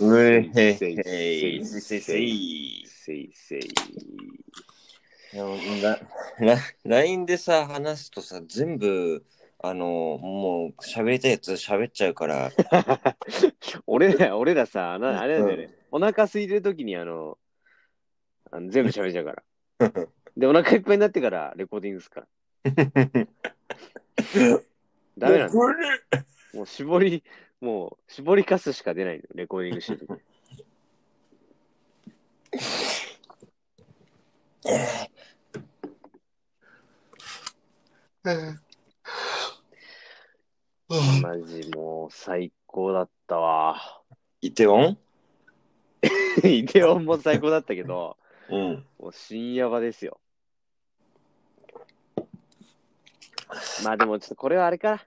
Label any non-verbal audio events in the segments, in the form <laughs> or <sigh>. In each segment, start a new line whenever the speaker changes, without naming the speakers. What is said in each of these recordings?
うえへ
せい
へい。せいせい。
せいせい。
でもララ LINE でさ、話すとさ、全部、あの、もう、喋りたいやつ喋っちゃうから、
俺ら、俺らさ、あのあれなんだよね。お腹空いてるときに、あの、あの全部喋っちゃうから。で、お腹いっぱいになってからレコーディングす
<laughs>
っから。ダメなんだよ。
これ
もう絞り、もう絞りかすしか出ないの、レコーディングしてるとき。マジもう最高だったわ。 <laughs>
イテウォン
イデオンも最高だったけど、
うん。
もう深夜場ですよ。まあでもちょっとこれはあれかな。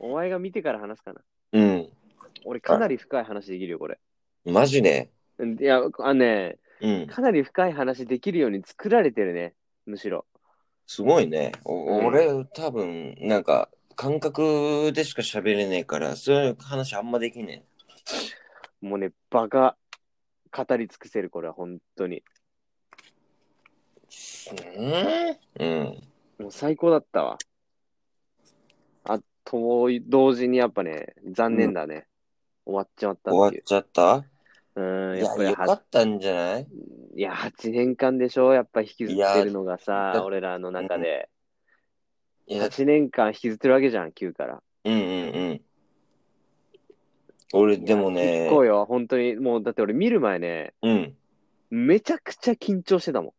お前が見てから話すかな。
うん。
俺かなり深い話できるよ、これ。
マジで
いや、あのね、
うん。
かなり深い話できるように作られてるね、むしろ。
すごいね。お
うん
俺、多分、なんか、感覚でしか喋れねえから、そういう話あんまできね
もうね、バカ語り尽くせる、これは本当に。
え。うんうん。
もう最高だったわ。あと、同時にやっぱね、残念だね。終わっちまったっ
終
てい
わっ。
う
ちゃった
うーん、
い
やっ
や、
ぱり
よか
は、
ったんじゃない
いや、8年間でしょ、やっぱ引きずってるのが
いや
さ、俺らの中で。
いや、
8年間引きずってるわけじゃん、9から。
うんうんうん。俺、でもね
結、構よ、本当に。もう、だって俺見る前ね、
うん。
めちゃくちゃ緊張してたも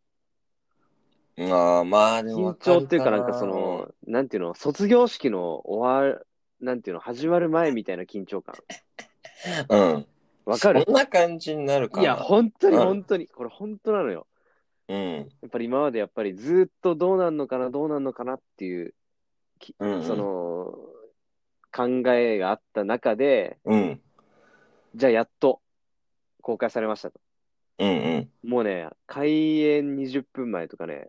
ん。
ああ、まあでも分
緊
かる
張っていうか、なんかその、なんていうの、卒業式の終わる、なんていうの、始まる前みたいな緊張感。
うん。
わかる
そんな感じになるか
い
な。
や、本当に
うん
本当に、これ本当なのよ。
うん。
やっぱり今までやっぱりずっとどうなんのかな、どうなんのかなっていう、き
うんうん
その、考えがあった中で、
うん。
じゃあやっと公開されましたと。
うん
もうね、開演20分前とかね、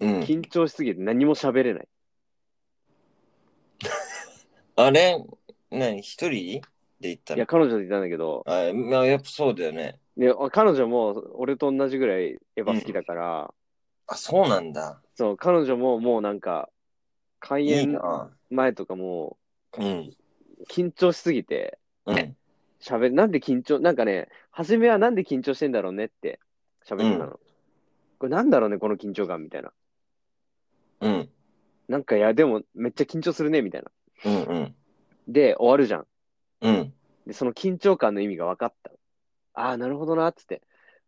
うん。うん。
緊張しすぎて何も喋れない。
あれ何一人で行った
い
の
や、彼女といたんだけど、
あまあ、やっぱそうだよね。
で彼女も俺と同じぐらいエヴァ好きだから、
あ、そうなんだ。
そう、彼女ももうなんか、開
いい
演
な。
前とかも
うん。
う緊張しすぎて、
うん。
喋る、なんで緊張、なんかね、初めはなんで緊張してんだろうねって喋ってたの。
うん
これなんだろうね、この緊張感みたいな。
うん。
なんかいや、でもめっちゃ緊張するね、みたいな。
うん。うん。
で、終わるじゃん。
うん。
で、その緊張感の意味が分かった。ああ、なるほどな、つって。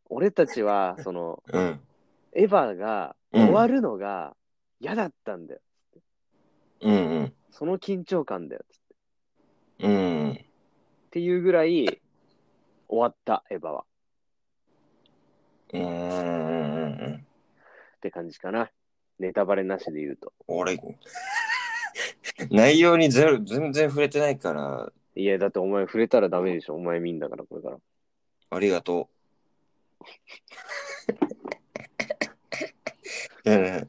俺たちは、その、
うん。
エヴァが
うん
終わるのが嫌だったんだよ。
うん。
その緊張感だよ。つって
うん。
っていうぐらい、終わった、エヴァは。
うん。うん。
って感じかな。ネタバレなしで言うと。
俺、内容にゼロ、全然触れてないから、
いや、だってお前触れたらダメでしょ。お前見んだから、これから。
ありがとう。いやね、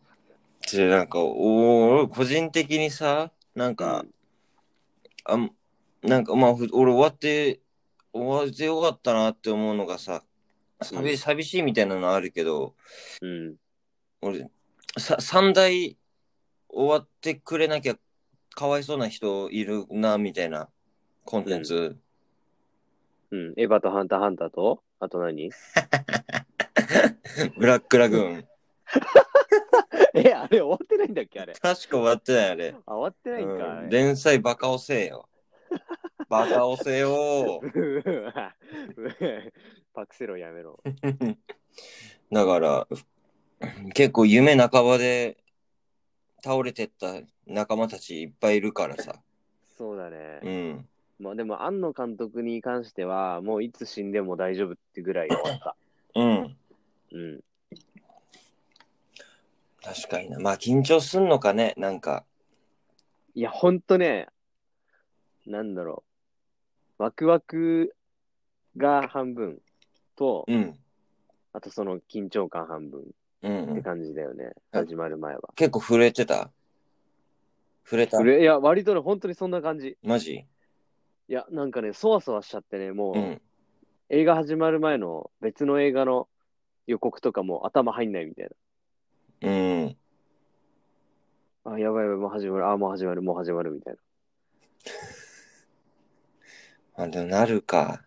ちょなんか、おー個人的にさ、なんか、あんなんかまあ、ふ俺終わって、終わってよかったなって思うのがさ、寂寂しいみたいなのあるけど、
うん。
俺、さ三代終わってくれなきゃかわいそうな人いるな、みたいなコンテンツ。
うん。エヴァとハンターハンターと、あと何
ブラックラグーン。
<laughs> え、あれ終わってないんだっけあれ。
確か終わってない、あれ。
あ、終わってないんか。
う
あ
ん
れ
連載バカ押せよ。バカ押せよ。
うわ <laughs> パクセロやめろ。
だから、結構夢半ばで倒れてった仲間たちいっぱいいるからさ。
そうだ
う
ね。
ん。
まあでも、庵野監督に関しては、もういつ死んでも大丈夫ってぐらい終わった。
うん。
うん。
確かにな。まあ緊張すんのかね、なんか。
いや、ほんとね、なんだろう。ワクワクが半分と、
うん。
あとその緊張感半分
うん、う
って
ん。
感じだよね。
うん
始まる前は。
結構震えてた震えた
うれいや、割とね、本当にそんな感じ。
マジ
いや、なんかね、そわそわしちゃってね、もう、
うん。
映画始まる前の別の映画の予告とかも頭入んないみたい
うん。
な。あ、やばいやばい、もう始まる、あ、もう始まる、もう始まるみたいな。
あ、でもなるか。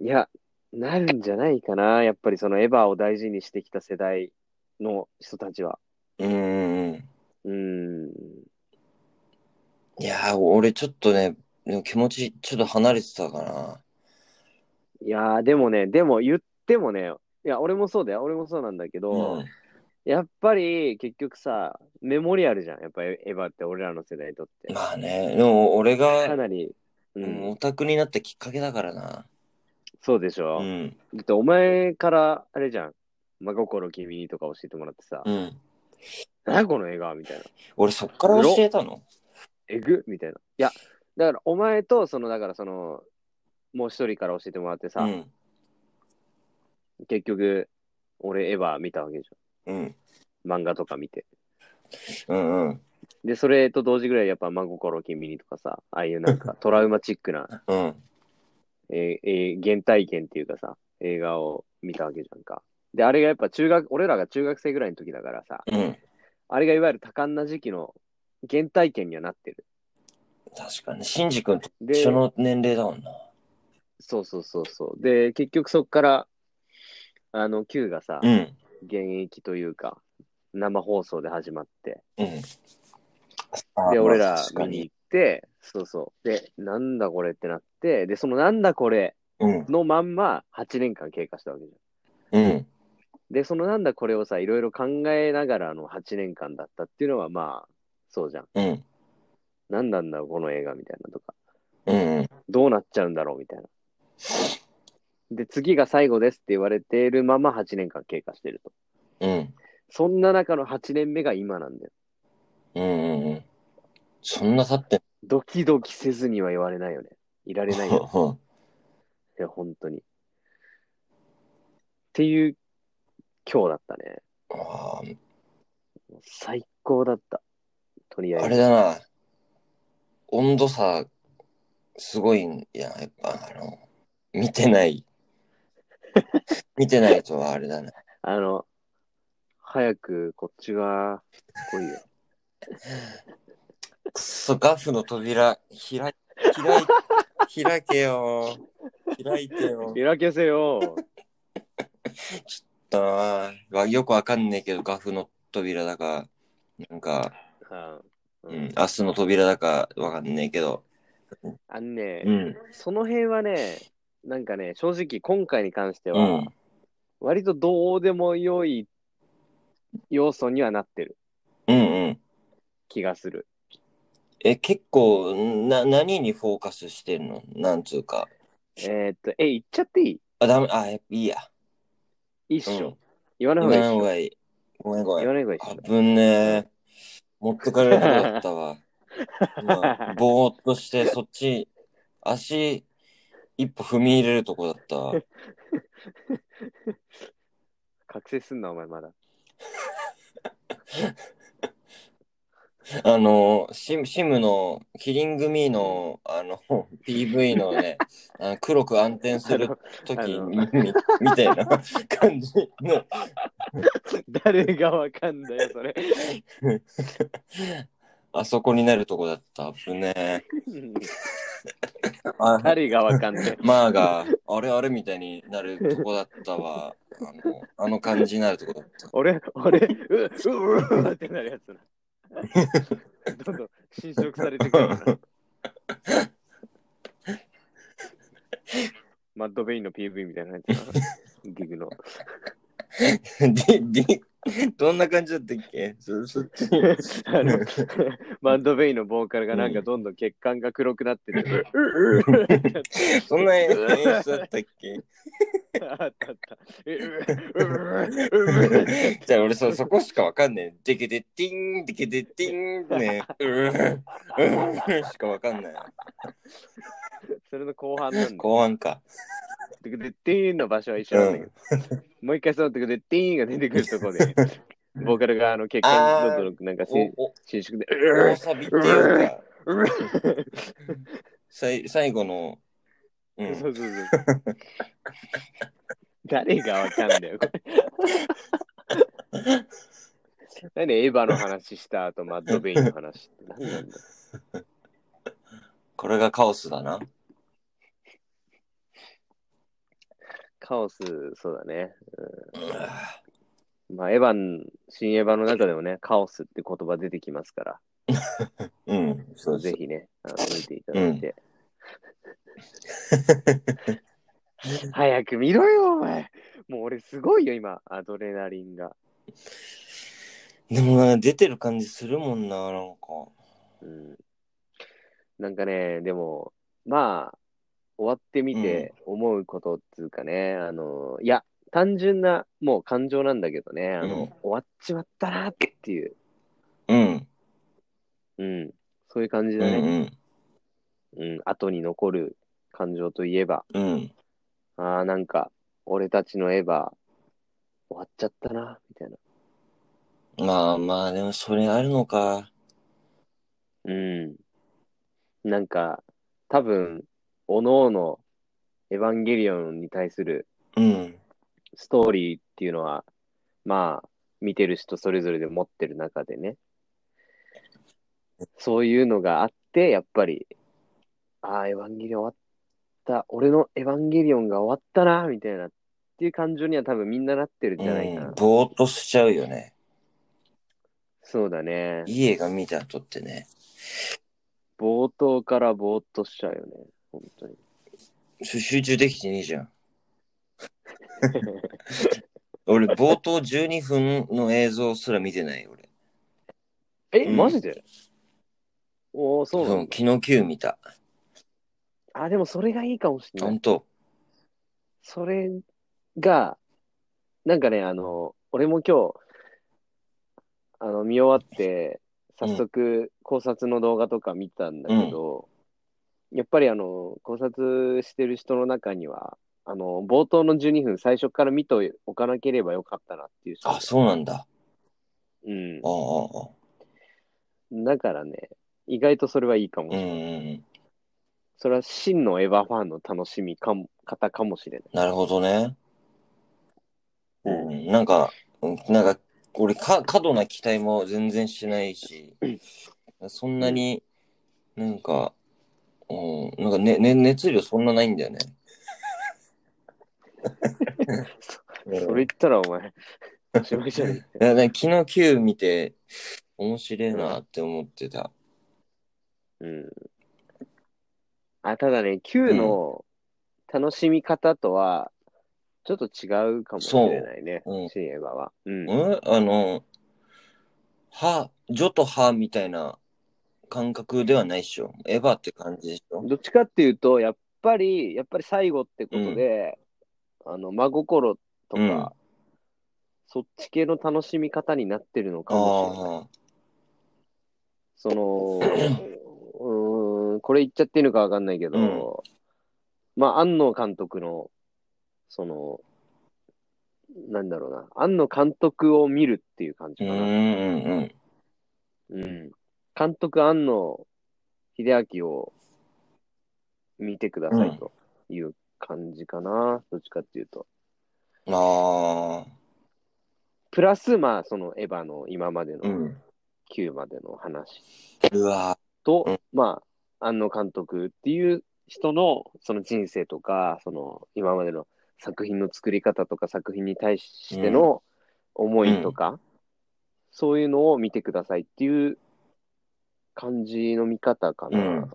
いや、なるんじゃないかな。やっぱりそのエヴァを大事にしてきた世代の人たちは。
うん。
うーん。
いやー、俺ちょっとね、でも気持ちちょっと離れてたかな。
いやー、でもね、でも言ってもね、いや、俺もそうだよ。俺もそうなんだけど、
うん。
やっぱり結局さ、メモリアルじゃん。やっぱりエヴァって俺らの世代にとって。
まあね、でも俺
か
が
なり、う
うん
ん、
オタクになったきっかけだからな。
そうでしょ。
うん。
だってお前から、あれじゃん。真心君にとか教えてもらってさ、
うん。
何この映画みたいな。
俺そっから教えたの
えぐみたいな。いや、だからお前と、その、だからその、もう一人から教えてもらってさ、
うん。
結局、俺エヴァ見たわけじ
うん。
ゃん。漫画とか見て。
うんうん。
で、それと同時ぐらいやっぱ真心君にとかさ、ああいうなんかトラウマチックな、
うん。
えーえー原体験っていうかさ、映画を見たわけじゃんか。で、あれがやっぱ中学、俺らが中学生ぐらいの時だからさ、
うん。
あれがいわゆる多感な時期の原体験にはなってる。
確かに。シンジ君と
で、
一緒の年齢だもんな。
そうそうそうそう。で、結局そこから、あの、Q がさ、
うん。
現役というか、生放送で始まって、
うん。
で、
あ
俺ら
確か
見に
に。
行って、そうそう。で、なんだこれってなって、で、そのなんだこれ
うん。
のまんま8年間経過したわけじゃ
うん。
ん。で、そのなんだこれをさ、いろいろ考えながらの8年間だったっていうのは、まあ、そうじゃん。
うん。
なんなんだろう、この映画みたいなとか。
うん。
どうなっちゃうんだろうみたいな。で、次が最後ですって言われているまま8年間経過してると。
うん。
そんな中の8年目が今なんだよ。
うん。うんうん。そんな経って
ドキドキせずには言われないよね。いられない
<laughs>
よ。
うん
いや、本当に。っていう今日だったね。
あー
最高だった。とりあ
あ
え
れ
ず。
だな。温度差、すごいんや、やっぱ、あの、見てない。 <laughs> 見てないとはあれだな。
あの、早くこっちが来いよ。
くっそ、ガフの扉、開い、開い、開けよ。開いてよ。
開けせよ。
あーよくわかんねえけど、ガフの扉だか、なんか、
う
うんん、明日の扉だかわかんねえけど。
あんね、
うん。
その辺はね、なんかね、正直今回に関して
う
は、
ん。
割とどうでもよい要素にはなってる
うんうん。
気がする。
え、結構、な、何にフォーカスしてんのなんつうか。
えーっと、え、言っちゃっていい
あ、ダメ、あ、いいや。
一
うん
緒、言わない
言
方
わ
が
ない
いいっしょ
方がいい。ごめんごめ
言
ん。
わない方がいいっし
あ
ょ
ぶねえ。持ってかれるとこだった
<laughs>
わ。今ぼーっとして、そっち、足、一歩踏み入れるとこだった
<laughs>
わ。
覚醒すんな、お前まだ。
あの、シム、シムの、キリングミーの、あの、PV の
<laughs>
ね、あの黒く暗転すると
あ
き
の
み、みたいな <laughs> 感じの、
誰がわかんだよ、それ。
あそこになるとこだった。あぶねえ。あ
誰がわかんだよ。
まあが、あれあれみたいになるとこだったわ。あの、あの感じになるとこだった。
俺、俺、う、う、う、うってなるやつな。どんどん侵食されてくるから。マッドベインの PV みたいなやつな。ギグの。
<laughs> で、で、どんな感じだったっけそ、そっち。
あの、マッドベインのボーカルがなんかどんどん血管が黒くなってる。
そんな演出だったっけ <laughs>
あったあった。えううううう
じゃあ俺そ、そこしかわかんねえ。でけでティン、でけでティンってね、うーん、うーんしかわかんない。
それの後半なんだ。
後半か。
ででティーンの場所は一緒なんだけど。もう一回そのでティーンが出てくると
<laughs>
こで、ボーカルがあの血管どんどんなんか
お
し
お
伸縮で、
大サビっていうか、
ううう
さい最後の、う、
そうんそうそう。誰がわかんだよ、こ
<laughs>
れ何エヴァの話した後、マッド・ベインの話って何なんだよ
これがカオスだな。
カオス、そうだね。
う
まあ、エヴァン、新エヴァの中でもね、カオスって言葉出てきますから、
んうん、そうで
ぜ
す。
ひね、あの見ていただいて。 <laughs> 早く見ろよ、お前。もう俺すごいよ、今、アドレナリンが。
<laughs> でもな出てる感じするもんな、なんか。
うん。なんかね、でも、まあ、終わってみて思うことっていうかね、あの、いや、単純な、もう感情なんだけどね、あの、
うん
終わっちまったなっていう、
うん、
うん、そういう感じ
うん、
だ
う
ね。
ん、
うん、後に残る感情といえば、
うん、
ああ、なんか、俺たちのエヴァ、終わっちゃったな、みたいな。
まあまあ、でもそれあるのか。
うん。なんか、多分、おのおの、エヴァンゲリオンに対する
うん、
ストーリーっていうのは、まあ、見てる人それぞれで持ってる中でね、そういうのがあって、やっぱり、ああ、エヴァンゲリオン終わった、俺のエヴァンゲリオンが終わったな、みたいな、っていう感情には多分みんななってるん
う
じゃないかな。
ん、ぼーっとしちゃうよね。
そうだね。
いい映画見た後ってね。
冒頭からぼーっとしちゃうよね。本当に。
集集中できてねえじゃん。 <laughs> 俺、冒頭12分の映像すら見てない、俺。
え、
うん
マジでおお、そうな
うんん、
だ。
昨日 Q 見た。
あ、でもそれがいいかもしれない
本。当。
それが、なんかね、あの、俺も今日、あの、見終わって、早速考察の動画とか見たんだけど、やっぱりあの、考察してる人の中には、あの、冒頭の12分最初から見ておかなければよかったなっていう人も
あ、そうなんだ。
うん
あ。あ、ああ。
だからね、意外とそれはいいかもし
うん
れない。
うんうん。
それは真のエヴァファンの楽しみかも方かもしれない。
なるほどね。
う
うんん、なんか、うんなんか、俺か、過度な期待も全然しないし、そんなに、なんか、うん、なんか、ねね、熱量そんなないんだよね。うん
それ言ったらお前、おしまいじゃね
いやなんか昨日 Q 見て、面白いなって思ってた。
え。うん。あ、ただね、Q の楽しみ方とは、ちょっと違うかもしれないね。
そううん
新エヴァは。うん。
うん、あの、は、ジョとハみたいな感覚ではないっしょ。エヴァって感じでしょ。
どっちかっていうと、やっぱり、やっぱり最後ってことで、あの、真心と
う
か、
ん
そっち系の楽しみ方になってるのかもしれない。
ああ、
そ <coughs> の、うーん、これ言っちゃっていいのかわかんないけど、まあ、安野監督の、その、なんだろうな、安野監督を見るっていう感
う
じ
ん
か
う
な。
んうん。
うん。監督安野秀明を見てくださいという感じかな、どっちかっていうと。
ああ、
プラス、まあ、そのエヴァの今まで
う
の
ん。
Q までの話
うわ
と、
うん
まあ、庵野監督っていう人のその人生とか、その今までの作品の作り方とか、作品に対しての思いとか、そういうのを見てくださいっていう感じの見方かな、
うん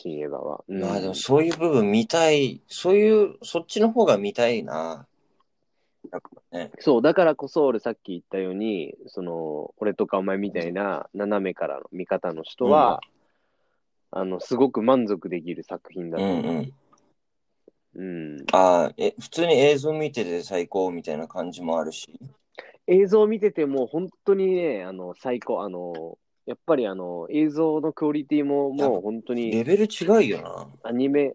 新映画は。うん
まあでもそういう部分見たい、そういう、そっちの方が見たいな。なんかね。
そう、だからこそ俺さっき言ったように、その、俺とかお前みたいな斜めからの見方の人は、あの、すごく満足できる作品だ
う
と
ん
思
うん。
う。うん。
ああ、え、普通に映像見てて最高みたいな感じもあるし。
映像を見てても本当にね、あの、最高、あの、やっぱりあの、映像のクオリティももう本当に
レベル違うよな。
アニメ、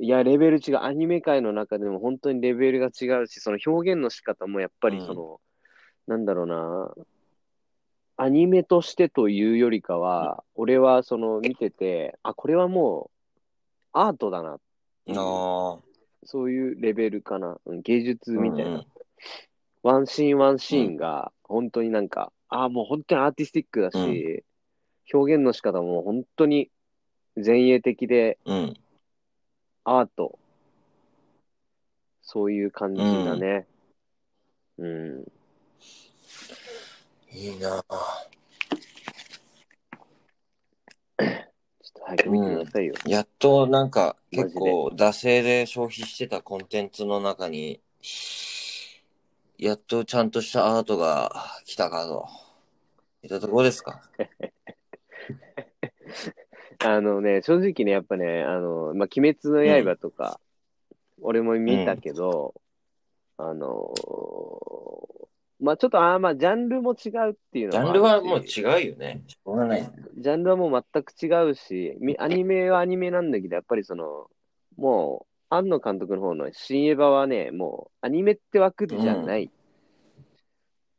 いや、レベル違う、アニメ界の中でも本当にレベルが違うし、その表現の仕方もやっぱり
うん
その、なんだろうな、アニメとしてというよりかは、俺はその見てて、あ、これはもアートだな。
あ
そういうレベルかな。うん芸術
あ。
みたいな。
うんうん
ワンシーンワンシーンが、本当になんか、ああ、もう本当にアーティスティックだし、表現の仕方も本当に前衛的で、
うん。
アート。そういう感じだね。うん。
いいなあ
ちょっと早く見てくださいよ。
やっとなんか結構惰性で消費してたコンテンツの中に、やっとちゃんとしたアートが来たかと。いったところですか。
あのね、正直ね、やっぱね、あの、まあ、鬼滅の刃とか、俺も見たけど、あのーまあ、ちょっと、ああ、まあ、ジャンルも違うっていうの
ジャンルはもう違うよね。しょうがない。
ジャンルはもう全く違うし、みアニメはアニメなんだけど、やっぱりその、もう、庵野監督の方の新エヴァはね、もう、アニメって枠じゃない。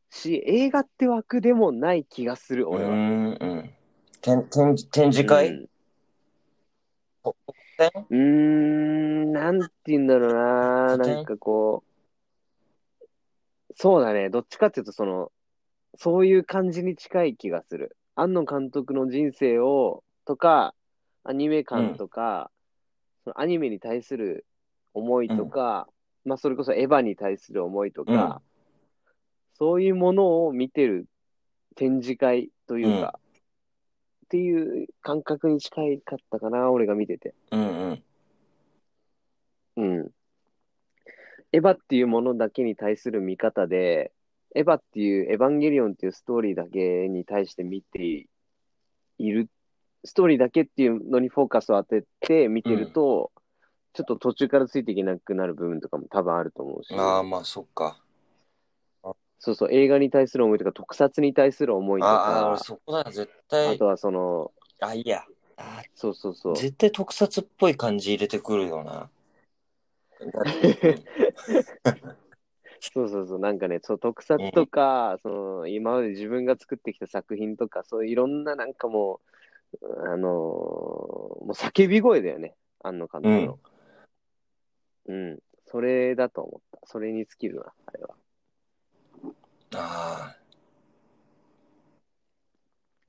し、映画って枠でもない気がする、
う
俺は。
んうん。展展示展示
う
会
ん
特典
うーん、なんて言うんだろうな、
特典
なんかこう、そうだね、どっちかっていうと、その、そういう感じに近い気がする。庵野監督の人生を、とか、アニメ感とか、そのアニメに対する思いとか、まあ、それこそエヴァに対する思いとか、そういうものを見てる展示会というか、っていう感覚に近いかったかな、俺が見てて。
うんうん。
うん。エヴァっていうものだけに対する見方で、エヴァっていう、エヴァンゲリオンっていうストーリーだけに対して見ている、ストーリーだけっていうのにフォーカスを当てて見てると、ちょっと途中からついていけなくなる部分とかも多分あると思うし、
ああ、まあそっか。
そうそう、映画に対する思いとか、特撮に対する思いと
ああ、
か
俺、そこなら絶
あ
対
と、はその、
あ、いいや。あ
そうそうそう
ー、絶対特撮っぽい感じ入れてくるよな。だって
そうそうそう、なんかね、そう特撮とか、その今まで自分が作ってきた作品とか、そういろんななんかもう、あのーもう叫び声だよね、庵野監督の。うん、それだと思った。それに尽きるな、あれは。
<laughs> あ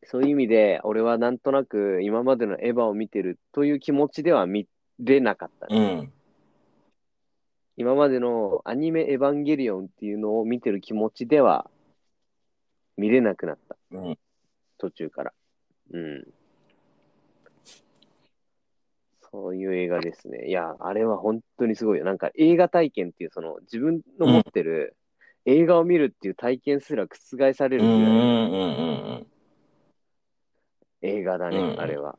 そういう意味で、俺はなんとなく今までのエヴァを見てるという気持ちでは見れなかった
あ、うん。
今までのアニメエヴァンゲリオンっていうのを見てる気持ちでは見れなくなった。
うん
途中から。うん。そういう映画ですね。いや、あれは本当にすごいよ。なんか映画体験っていう、その自分の持ってる映画を見るっていう体験すら覆される
う
ぐ
んう
らいの
んうんうん
映画だね、
うん
あれは。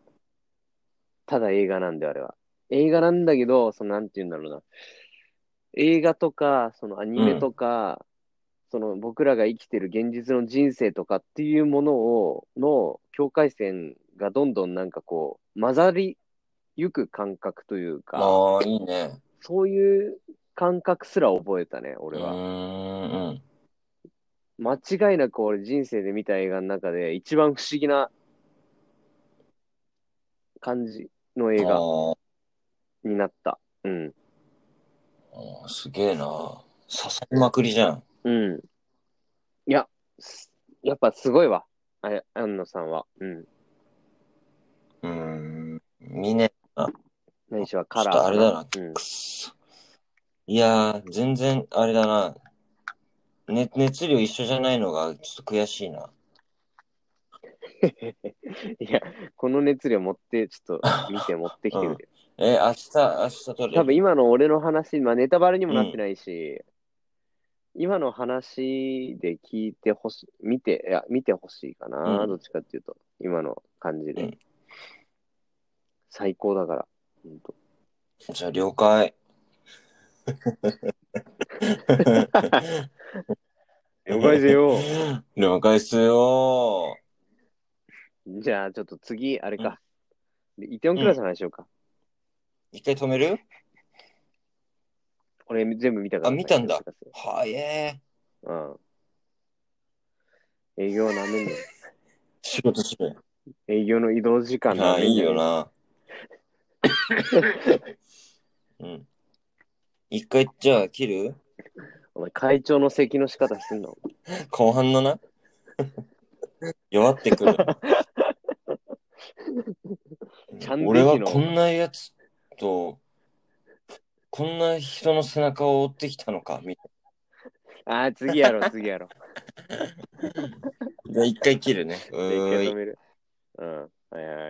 ただ映画なんだよ、あれは。映画なんだけど、その、なんて言うんだろうな。映画とか、そのアニメとか、その僕らが生きてる現実の人生とかっていうものを、の境界線がどんどんなんかこう、混ざりゆく感覚とい
う
う
ん。
か、
ああ、いいね。
そういう感覚すら覚えたね、
う
俺は。
んうん。
間違いなく俺人生で見た映画の中で一番不思議な感じの映
あ
画
ー
になった。うん。
あー、すげえな。刺さりまくりじゃん。
うん。いや、すやっぱすごいわ。あれ、安野さんは。うん。
うん。みね、
何しはカラー
ちょっとあれだな
かなうん
くっそ。いやー、全然、あれだな。ね、熱量一緒じゃないのが、ちょっと悔しいな。
いや、この熱量持って、ちょっと見て持ってきてくれ。
え、明日、明日撮る。
多分今の俺の話、まあネタバレにもなってないし、今の話で聞いてほしい、見て、いや、見てほしいかな、
うん
どっちかっていうと、今の感じで。
うん
最高だから。ほんと
じゃあ、了解。
了解せよ。
<laughs> 了解っすよ
<laughs> じゃあ、ちょっと次、あれか。イテオンクラスの話しようか。
一回止める
俺全部見たから、
あ見たんだ
イテウォンクラ
はえ
スうん。営業なめん
<laughs>
なよ。
仕事しろよ。
営業の移動時間
ああ、
め
い
ん
い
なよ
よな。
<laughs>
うん。一回じゃあ切る
お前、会長の席の仕方すんの <laughs>
後半のな <laughs> 弱ってくる
ちゃんと息の
俺はこんなやつとこんな人の背中を追ってきたのかみたい
ああ、次やろう、次やろう。
なじゃあ一回切るねう
で一
ー
回
い
Ah, 止める。うん。はいはい。